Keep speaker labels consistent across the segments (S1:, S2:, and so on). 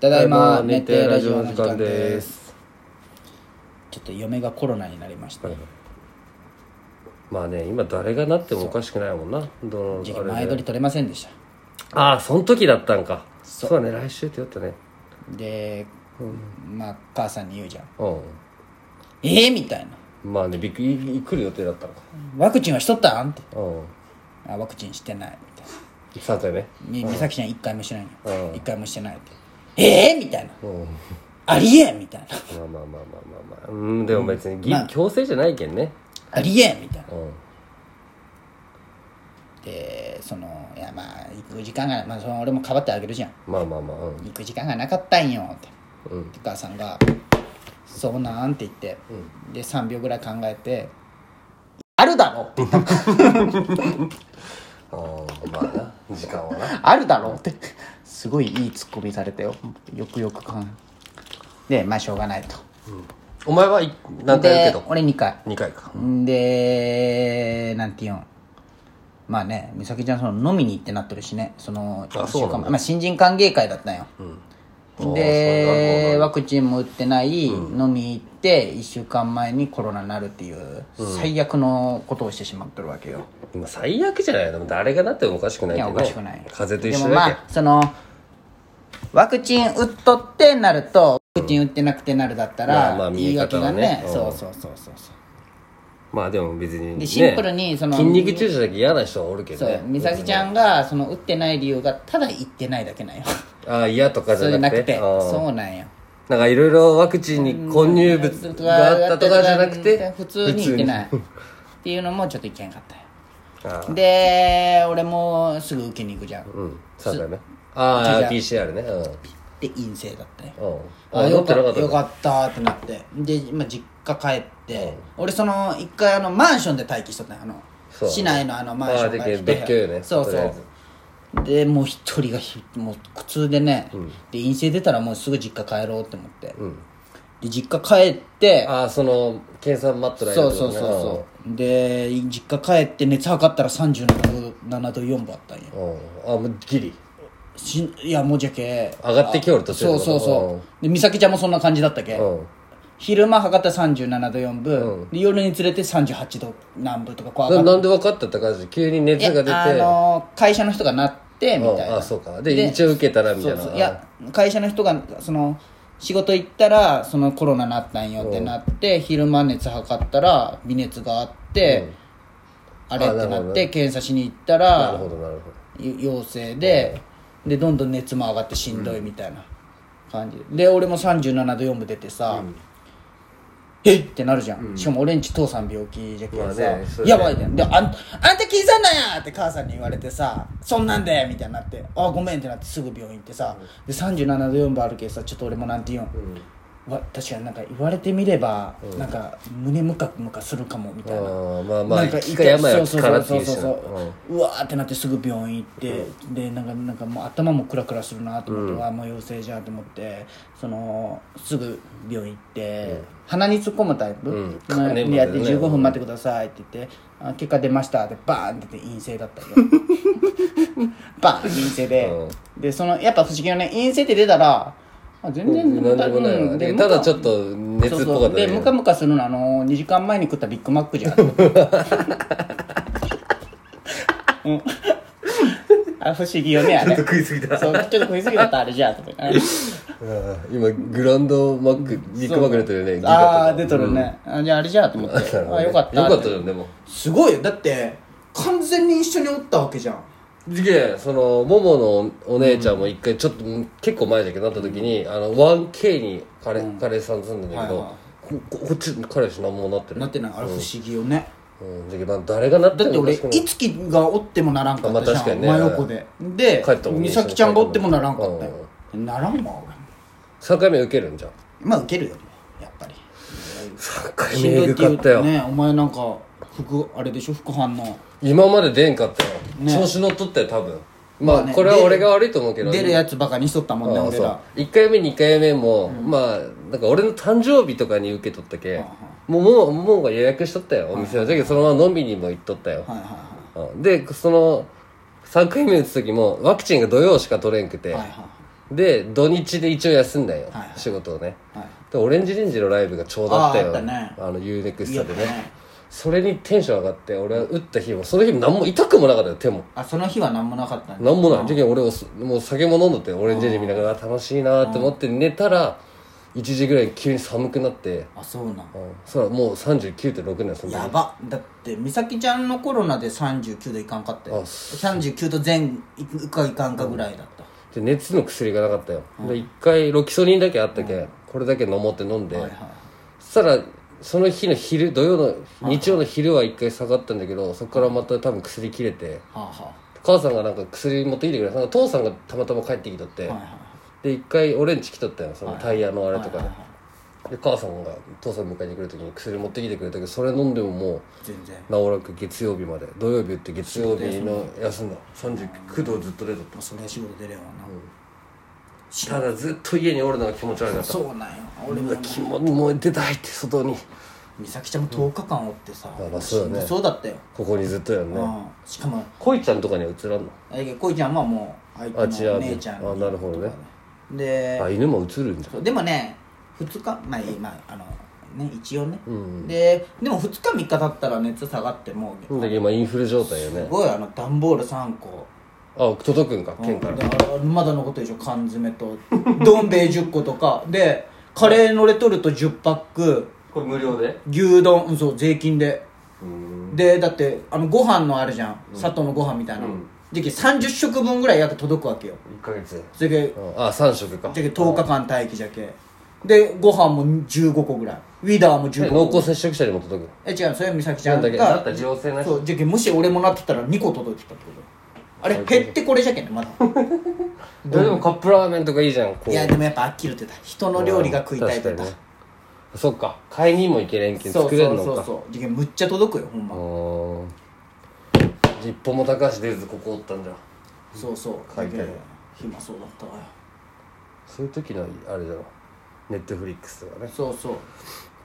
S1: ただいま
S2: 寝
S1: 寝
S2: て
S1: て
S2: ラ
S1: ラ
S2: ジ
S1: ジ
S2: オ
S1: オ
S2: の
S1: の
S2: 時
S1: 時
S2: 間
S1: 間
S2: で
S1: ですすちょっと嫁がコロナになりまして、
S2: まあね今誰がなってもおかしくないもんなど
S1: 時期
S2: のあれ
S1: 前撮り取れませんでした
S2: ああその時だったんかそ
S1: そうう
S2: だね来週って言ったね
S1: で、まあ母さんに言うじゃん
S2: う
S1: 「ええみたいなん
S2: まあねびっくり来る予定だったのか
S1: 「ワクチンはしとったん?」って
S2: うん
S1: 「あワクチンしてない」みたいな
S2: 3回目
S1: み美咲ちゃん一回もしてないの
S2: うん
S1: 一回もしてないって「ええみたいな
S2: うん
S1: 「ありえん!」みたいな
S2: まあまあまあまあまあまあうんでも別に、ぎ
S1: まあ
S2: 強制じゃないけんね
S1: 「ありえん!」みたいな
S2: うん
S1: でそのいやまあ行く時間が、まあ、その俺もかばってあげるじゃん
S2: まあまあまあうん
S1: 行く時間がなかったんよって
S2: うん
S1: お母さんが「そうなん?」って言って、で3秒ぐらい考えて「あるだろ!」って言った
S2: ああまあな時間は
S1: 「
S2: な
S1: あるだろ!」ってすごいいいツッコミされたよよくよく考えでまあしょうがないと
S2: お前はい何回やるけ
S1: で
S2: ど
S1: 俺2回
S2: 2回か
S1: でなんていうんまあね美咲ちゃんその飲みに行ってなってるしねその
S2: あそうな
S1: 一週間
S2: んだ
S1: 前まあ、新人歓迎会だったんよ、
S2: うん
S1: で
S2: ああ
S1: ワクチンも打ってない、飲み行って1週間前にコロナになるっていう最悪のことをしてしまってるわけよ、
S2: 今最悪じゃないでも誰がなってもおかしくない
S1: い
S2: けど
S1: やお
S2: ね
S1: かしくない
S2: 風邪と
S1: で
S2: 一
S1: も
S2: 緒だ
S1: ま
S2: け
S1: あそのワクチン打っとってなるとワクチン打ってなくてなるだったら、
S2: まあまあ見
S1: 言
S2: え
S1: い
S2: 方
S1: 訳
S2: は
S1: が
S2: ね
S1: ね
S2: うん
S1: そうそうそうそうそう
S2: まあでも別に、ね、
S1: でシンプルにその
S2: 筋肉注射だけ嫌な人はおるけど
S1: そ
S2: ね
S1: う美咲ちゃんがその打ってない理由がただ言ってないだけなんよ
S2: ああ嫌とか
S1: それ
S2: じゃ
S1: じゃ
S2: な
S1: な
S2: く
S1: く
S2: て
S1: て
S2: ああ
S1: そうなんよ
S2: なんかいろいろワクチンに混入物があったとかじゃなくて
S1: 普通に言ってない
S2: 普
S1: っ
S2: 通に
S1: ていうのもちょっといけんかったよ
S2: あ
S1: で俺もすぐ受けに行くじゃん、
S2: あうんそうだよねああ
S1: 注
S2: PCR ねうん
S1: で陰性だったよ
S2: うん
S1: あ
S2: あ
S1: よ
S2: 乗って
S1: か
S2: な
S1: っ
S2: かったた
S1: よ
S2: ね
S1: かったってなってで、まあ、実家帰って、俺その一回あのマンションで待機しとったんよあの
S2: そう
S1: 市内のあのマンション
S2: あ
S1: が
S2: ーで
S1: 一部屋
S2: 別居よね
S1: そう
S2: とりあえ
S1: そうでもう一人がひもう苦痛でね、で陰性出たらもうすぐ実家帰ろうって思って、で実家帰って
S2: ああその計算待っとられる
S1: そうそうそうそうで実家帰って熱測ったら37度4分あったんよ
S2: うんうんあもうギリ
S1: しんいやもうじゃけ
S2: 上がってきよる途中の
S1: そ
S2: こ
S1: う
S2: と
S1: そうそうで美咲ちゃんもそんな感じだったけ、
S2: うん
S1: 昼間測ったら37度4分、で夜につれて38度何分とかこう上
S2: な
S1: がっ
S2: なんで分かったって感じ急に熱
S1: て
S2: が出て
S1: あの会社の人がなってみたい
S2: うん
S1: な
S2: あそうかで一応受けたらみたいな
S1: そうそういや会社の人がその仕事行ったらそのコロナなったんよってなって昼間熱測ったら微熱があって、あれって
S2: あなる
S1: な
S2: ほど
S1: っ
S2: ね
S1: て検査しに行った
S2: なる
S1: ら
S2: ほどなるほど
S1: 陽性で、でどんどん熱も上がってしんどいみたいな感じでで俺も37度4分出てさ、えっってなるじゃん、しかも俺んち父さん病気じゃけどさ、
S2: まあねそれで
S1: やばいねであんあんた気ぃさんなんやって母さんに言われてさそんなんでみたいになってあごめんってなってすぐ病院行ってさ、で37度4分あるけどさちょっと俺もなんて言うん、うわ確かになんか言われてみれば、なんか胸ムカムカするかもみたいな
S2: あーまあまあ
S1: なんか
S2: 気が病は
S1: そ
S2: 気
S1: う
S2: からっていう
S1: そ
S2: し
S1: うそう
S2: な
S1: そうそううわーってなってすぐ病院行って、でなんかなんかもう頭もクラクラするなと思って、わあもう陽性じゃんと思ってそのすぐ病院行って、鼻に突っ込むタイプ、
S2: ん
S1: まあ
S2: ね
S1: でやって
S2: まだね
S1: 15分待ってくださいって言って、あ結果出ましたってバーンって言って陰性だったよ バーン陰性で、でそのやっぱ不思議よね陰性って出たらあ全然
S2: うんなんでもないわ
S1: うん
S2: ね
S1: で
S2: ただちょっと熱っぽか
S1: そう
S2: っただけ
S1: そうでムカムカするのあの2時間前に食ったビッグマックじ ゃん、うんあ不思議よねあれ
S2: 食い過ぎ
S1: そうちょっと食い過ぎだったあれじゃん とかあ
S2: 今グランドマックビッグマック出てるよね
S1: あー出とるね、あじゃああれじゃんと思って
S2: なるほど
S1: あ
S2: ね
S1: よかった
S2: よかったじゃんでも
S1: すごいよだって完全に一緒におったわけじゃん
S2: 次元そのもものお姉ちゃんも一回ちょっとうん結構前だけどなった時にあの 1K に彼彼氏さん住んでんだけ
S1: は
S2: どこここっち彼氏何もなってる
S1: なってないあれ不思議よね、
S2: うんだけどまあ誰がなって
S1: だって
S2: もおか
S1: 俺
S2: しくない
S1: いつきがおってもならんかったじ
S2: まあ確か
S1: ゃん、
S2: にね
S1: 真横でで
S2: 帰ったもんね
S1: 美咲ちゃんがおってもならんかったよ、ならんわ俺
S2: 3回目受けるんじゃん
S1: まあ受けるよやっぱり
S2: 3回
S1: しん
S2: 目
S1: どい
S2: 受
S1: って言
S2: か
S1: う
S2: ったよ
S1: とねお前なんか副あれでしょ副反応
S2: 今まで出んかったよ、
S1: ね
S2: 調子乗っとったよ多分まあ、
S1: ね
S2: これは
S1: 出る
S2: 俺が悪いと思うけど
S1: 出るやつばかにしとったもんね
S2: ああ
S1: 俺
S2: そう
S1: ら
S2: 1回目2回目も、まあなんか俺の誕生日とかに受け取ったけ、もうもうもうが予約しとったよお店のだけどそのまま飲みにも行っとったよ、
S1: はいはいは
S2: うんでその3回目打つ時もワクチンが土曜しか取れんくて、
S1: いはいはい
S2: で土日で一応休んだよ、
S1: はいはい
S2: 仕事をね
S1: はい
S2: でオレンジレンジのライブがちょうどあった
S1: あ
S2: よ
S1: ーあったね
S2: の UNEXT でね
S1: いいよね
S2: それにテンション上がって俺は打った日もその日も何も痛くもなかったよ手も
S1: あその日は何もなかったんだ
S2: 何もない時に俺をすもう酒も飲んだってオレンジレンジ見ながら楽しいなーって思って寝たら1時ぐらいに急に寒くなって
S1: あそうなん
S2: うんそらもう39.6年その時
S1: やばだって美咲ちゃんのコロナで39度いかんかったよ
S2: あ
S1: 39度前いくかいかんかぐらいだった
S2: で熱の薬がなかったよ、で1回ロキソニンだけあったけ、ん、これだけ飲もうって飲んで、
S1: はいはい
S2: そしたらその日の昼土曜の日曜の昼は1回下がったんだけどそこからまた多分薬切れて
S1: はあは
S2: 母さんがなんか薬持ってきてくれたなんか父さんがたまたま帰ってきとって、
S1: あはいはい
S2: で1回俺んち来とったよそのタイヤのあれとか
S1: はいはい
S2: で
S1: はい
S2: で母さんが父さん迎えに来る時に薬持ってきてくれたけどそれ飲んでももう
S1: 全然
S2: 治らなく月曜日まで土曜日打って月曜日の休んだ39度ずっと出とった
S1: まあそれは仕事出れんわな、
S2: ただずっと家におるのが気持ち悪かった
S1: そうなんよ俺も
S2: うわ気ももう出たいって外に
S1: 美咲ちゃんも10日間おってさ、
S2: あまあそうだね
S1: しんどそうだったよ、
S2: ここにずっとやん
S1: う
S2: ね
S1: ん、しかも
S2: 恋ちゃんとかには映らんの
S1: えーこいちゃんはもう相
S2: あ
S1: 手
S2: ち
S1: の
S2: ら
S1: お
S2: で
S1: 姉ちゃん
S2: あなるほどね
S1: で
S2: あ犬も映るんじゃ
S1: そうでもね2日まあいいまああのね一応ね、
S2: うん
S1: ででも2日3日経ったら熱下がってもう、
S2: んだけど今インフル状態よ
S1: す
S2: ね
S1: ごいあの段ボール3個
S2: あ届くんか県から
S1: であれまだ残ってるでしょ缶詰と どん兵衛10個とかでカレーのレトルト10パック
S2: これ無料で
S1: 牛丼うんそう税金で
S2: うん
S1: でだってあのご飯のあるじゃん砂糖のご飯みたいな、
S2: うん
S1: じゃけ30食分ぐらい約届くわけよ
S2: 1ヶ月
S1: じゃけ
S2: あ三3食か
S1: じゃけ10日間待機じゃけでご飯も15個ぐらいウィダーも15個
S2: 濃厚接触者にも届く
S1: え違うそれは美咲ちゃん
S2: なんだっけな
S1: が
S2: った情勢なし
S1: そうじゃけもし俺もなってたら2個届いてたってことあれ減ってこれじゃけんね まだ
S2: でもカップラーメンとかいいじゃんこう
S1: いやでもやっぱ飽きるってた人の料理が食いたいって
S2: うん
S1: た
S2: 確かにねそっか買いにも行けれんけん
S1: そう
S2: 作
S1: そ
S2: れん
S1: う
S2: の
S1: そう
S2: か
S1: そうじゃけむっちゃ届くよほんま
S2: あー一歩も高橋出ずここおったんじゃ
S1: そうそう
S2: 書いてある
S1: だけど暇そうだったわよ
S2: そういう時のあれだろネットフリックスとかね
S1: そうそう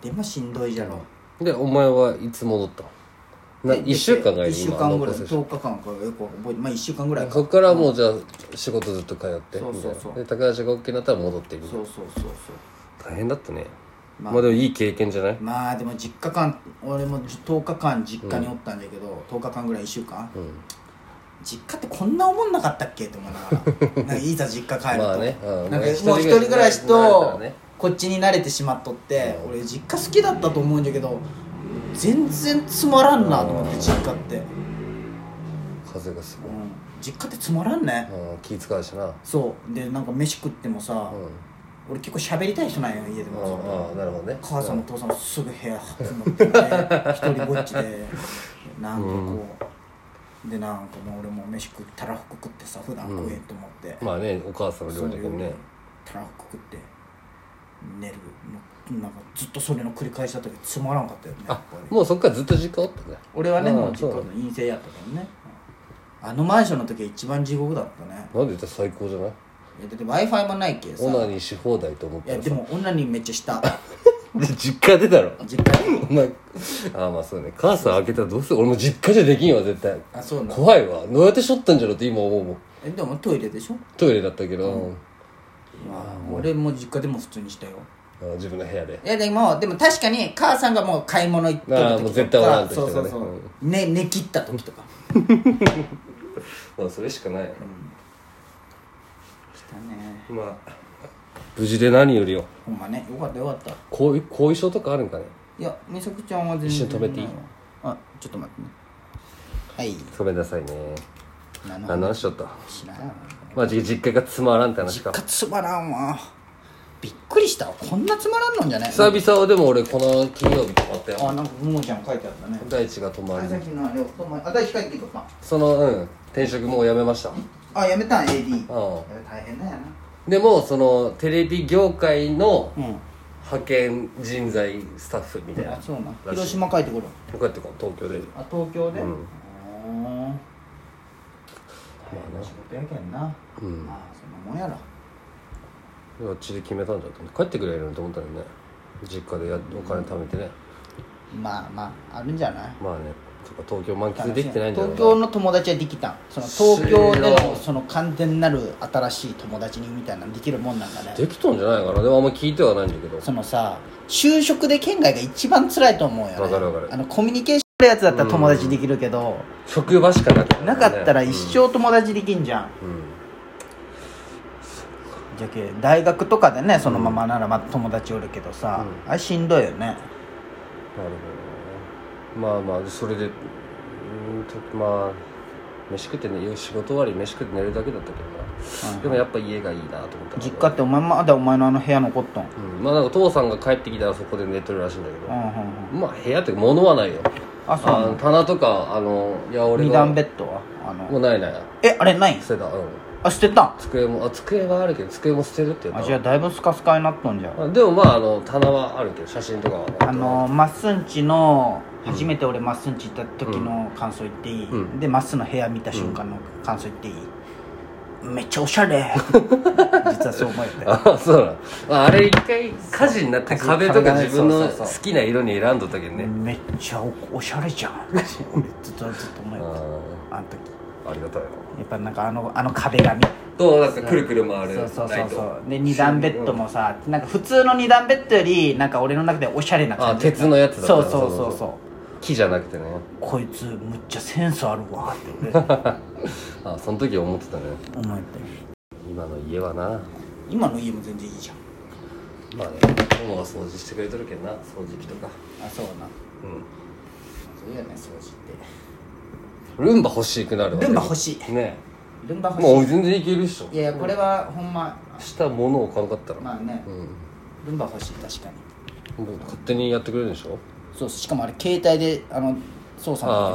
S1: でもしんどいじゃろ、
S2: でお前はいつ戻ったのな
S1: で
S2: 1週間がいる
S1: 一週間ぐらい
S2: 残せる
S1: 10日間かよく覚えてまあ1週間ぐらいか
S2: こっからもうじゃあ仕事ずっと通って
S1: そうそうそう
S2: みたいなで高橋が OK になったら戻ってみたい
S1: そうそうそうそう
S2: な大変だったね
S1: ま
S2: ま
S1: あ
S2: あでもいい経験じゃない
S1: まあでも実家間俺も10日間実家におったんだけど、10日間ぐらい1週間、
S2: ん
S1: 実家ってこんな思んなかったっけって思いな がらなんかいざ実家帰ると、
S2: まあねうん
S1: なんか
S2: まあ一人
S1: もう一人暮らし
S2: 慣れたら
S1: と
S2: ね
S1: こっちに慣れてしまっとって、俺実家好きだったと思うんだけど全然つまらんなと思って実家って、
S2: 風がすご
S1: う
S2: い
S1: ん、実家ってつまらんね、
S2: うん気使うしな
S1: そうでなんか飯食ってもさ、
S2: うん
S1: 俺結構喋りたい人なんよ家で
S2: あ
S1: もずっと
S2: あああなるほどね
S1: 母さんも父さんもすぐ部屋こもってて一人ぼっちでなんかこう、でなんかもう俺も飯食ったらふく食ってさ普段食えんと思って、
S2: まあねお母さんの料理だけどね
S1: たらふく食って寝るもうなんかずっとそれの繰り返しだったけどつまらんかったよねやっ
S2: あ
S1: ぱり
S2: もうそっからずっと実家おったね
S1: 俺はね
S2: あー
S1: もう実
S2: そう
S1: 家の陰性やったからねあのマンションの時は一番地獄だったね
S2: なんで言ったら最高じゃない
S1: いやだって w i f i もないけさ
S2: オナニーし放題と思っ
S1: い
S2: た
S1: や
S2: ら
S1: で
S2: さ
S1: も女にめっちゃした
S2: で 実家でだろ
S1: 実家
S2: お前ああまあそうね母さん開けたらどうする俺も実家じゃできんわ絶対
S1: あそうなの
S2: 怖いわどうやってしょったんじゃろって今思うもん
S1: えでもトイレでしょ
S2: トイレだったけど、
S1: まあ俺も実家でも普通にしたよ
S2: あー自分の部屋で
S1: いやでもでも確かに母さんがもう買い物行ってる時と
S2: あ
S1: か
S2: ーもう絶対おらん時と
S1: そ
S2: か
S1: う
S2: ね
S1: そうそう、ね寝切った時とか
S2: まあそれしかないよ、
S1: 来たね
S2: まあ無事で何よりよ
S1: ほんまねよかったよかった
S2: 後遺後遺症とかあるんかね
S1: いや美咲ちゃんは全然
S2: 一緒に止めていい
S1: ないわあちょっと待ってねはい
S2: ごめんなさいね
S1: 何の
S2: 何の話しとった
S1: 知らんわ
S2: まあじ実家がつまらんって話か
S1: かつまらんわびっくりしたわこんなつまらんのんじゃない
S2: 久々はでも俺この金曜日泊まったよ
S1: あなんかももちゃん書いてあったね
S2: 大地が泊ま
S1: あ
S2: り
S1: さっきのあれをお前あ大輝帰ってきとった
S2: そのうん転職もうやめました
S1: あやめたん AD
S2: う
S1: や
S2: ん
S1: べ大変だよな
S2: でもそのテレビ業界の
S1: うん
S2: 派遣人材スタッフみたいな
S1: あそうなん
S2: らしい
S1: 広島帰ってくる
S2: こうやってこう東京で
S1: あ東京で
S2: う
S1: うんん仕事やけんな
S2: うん
S1: まあそんなもんやろ
S2: あっちで決めたんじゃと思って帰ってくれるのと思ったのにね実家でやお金貯めてね
S1: まあまああるんじゃない
S2: まあねか東京満喫できてないんだろう
S1: 東
S2: な
S1: 京の友達はできたんその東京で
S2: 知ら
S1: の
S2: ん
S1: その完全なる新しい友達にみたいなのできるもんなんかね
S2: できたんじゃないかなでもあんま聞いてはないんだけど
S1: そのさ就職で県外が一番辛いと思うよね
S2: わかるわかる
S1: あのコミュニケーションのやつだったら友達できるけど、
S2: 職場しかなかった、
S1: なかったら一生友達できんじゃん、
S2: うん、うん
S1: じゃけ大学とかでねそのままならまた友達おるけどさ、あれしんどいよね
S2: なるほどねまあまあそれでうーんとまあ飯食ってね仕事終わり飯食って寝るだけだったけどな、でもやっぱ家がいいなと思ったから
S1: 実家ってお前まだお前のあの部屋残っとんうん
S2: うん、まあなんか父さんが帰ってきたらそこで寝とるらしいんだけど、
S1: うんうん
S2: まあ部屋って物はないよ
S1: あそうな
S2: あの棚とかあのいや俺
S1: 二
S2: が
S1: 段ベッドはあの
S2: もうないない
S1: えあれないん
S2: 捨てたうん
S1: あ捨てたん
S2: 机もあ机はあるけど机も捨てるって言
S1: あ
S2: っ
S1: じゃ
S2: た
S1: あだいぶスカスカになっとんじゃん
S2: あでもまああの棚はあるけど写真とかは
S1: あのまっすんちの初めて俺まっすんち行った時の感想言っていい、
S2: うん
S1: でまっすんの部屋見た瞬間の感想言っていい、めっちゃおしゃ れ実はそう思えて
S2: あそうなのまああれ一回火事になって壁とか自分
S1: そう
S2: の
S1: そう
S2: 好
S1: そう
S2: きな色に選んどったけどね、
S1: めっちゃおおしゃれじゃん俺ずっとずっと思えてあの時
S2: あありがたいよ
S1: やっぱなんかあのあの壁紙
S2: どうなんかくるくる回る
S1: そうそう
S2: ラ
S1: そ
S2: イ
S1: う
S2: ト
S1: そうで二段ベッドもさなんか普通の二段ベッドよりなんか俺の中でおしゃれな感じ
S2: あ鉄のやつだった
S1: そう
S2: ら
S1: そうそ
S2: そうう
S1: そ
S2: そうう木じゃなくてね
S1: こいつむっちゃセンスあるわって俺
S2: あその時思ってたね
S1: 思えて
S2: 今の家はな
S1: 今の家も全然いいじゃん
S2: まあね友が掃除してくれとるけんな掃除機とか
S1: あそうな
S2: うん
S1: そうやね掃除っ
S2: ルンバ欲しくなるわ
S1: ルンバ欲しい
S2: ね
S1: てルンバ欲しい、
S2: もう全然いけるっしょ
S1: いやいやこれはほんま
S2: したものを買わなかったら、
S1: まあね、
S2: うん
S1: ルンバ欲しい確かに
S2: もう勝手にやってくれるでしょ
S1: そうしかもあれ携帯であの操作も
S2: ああ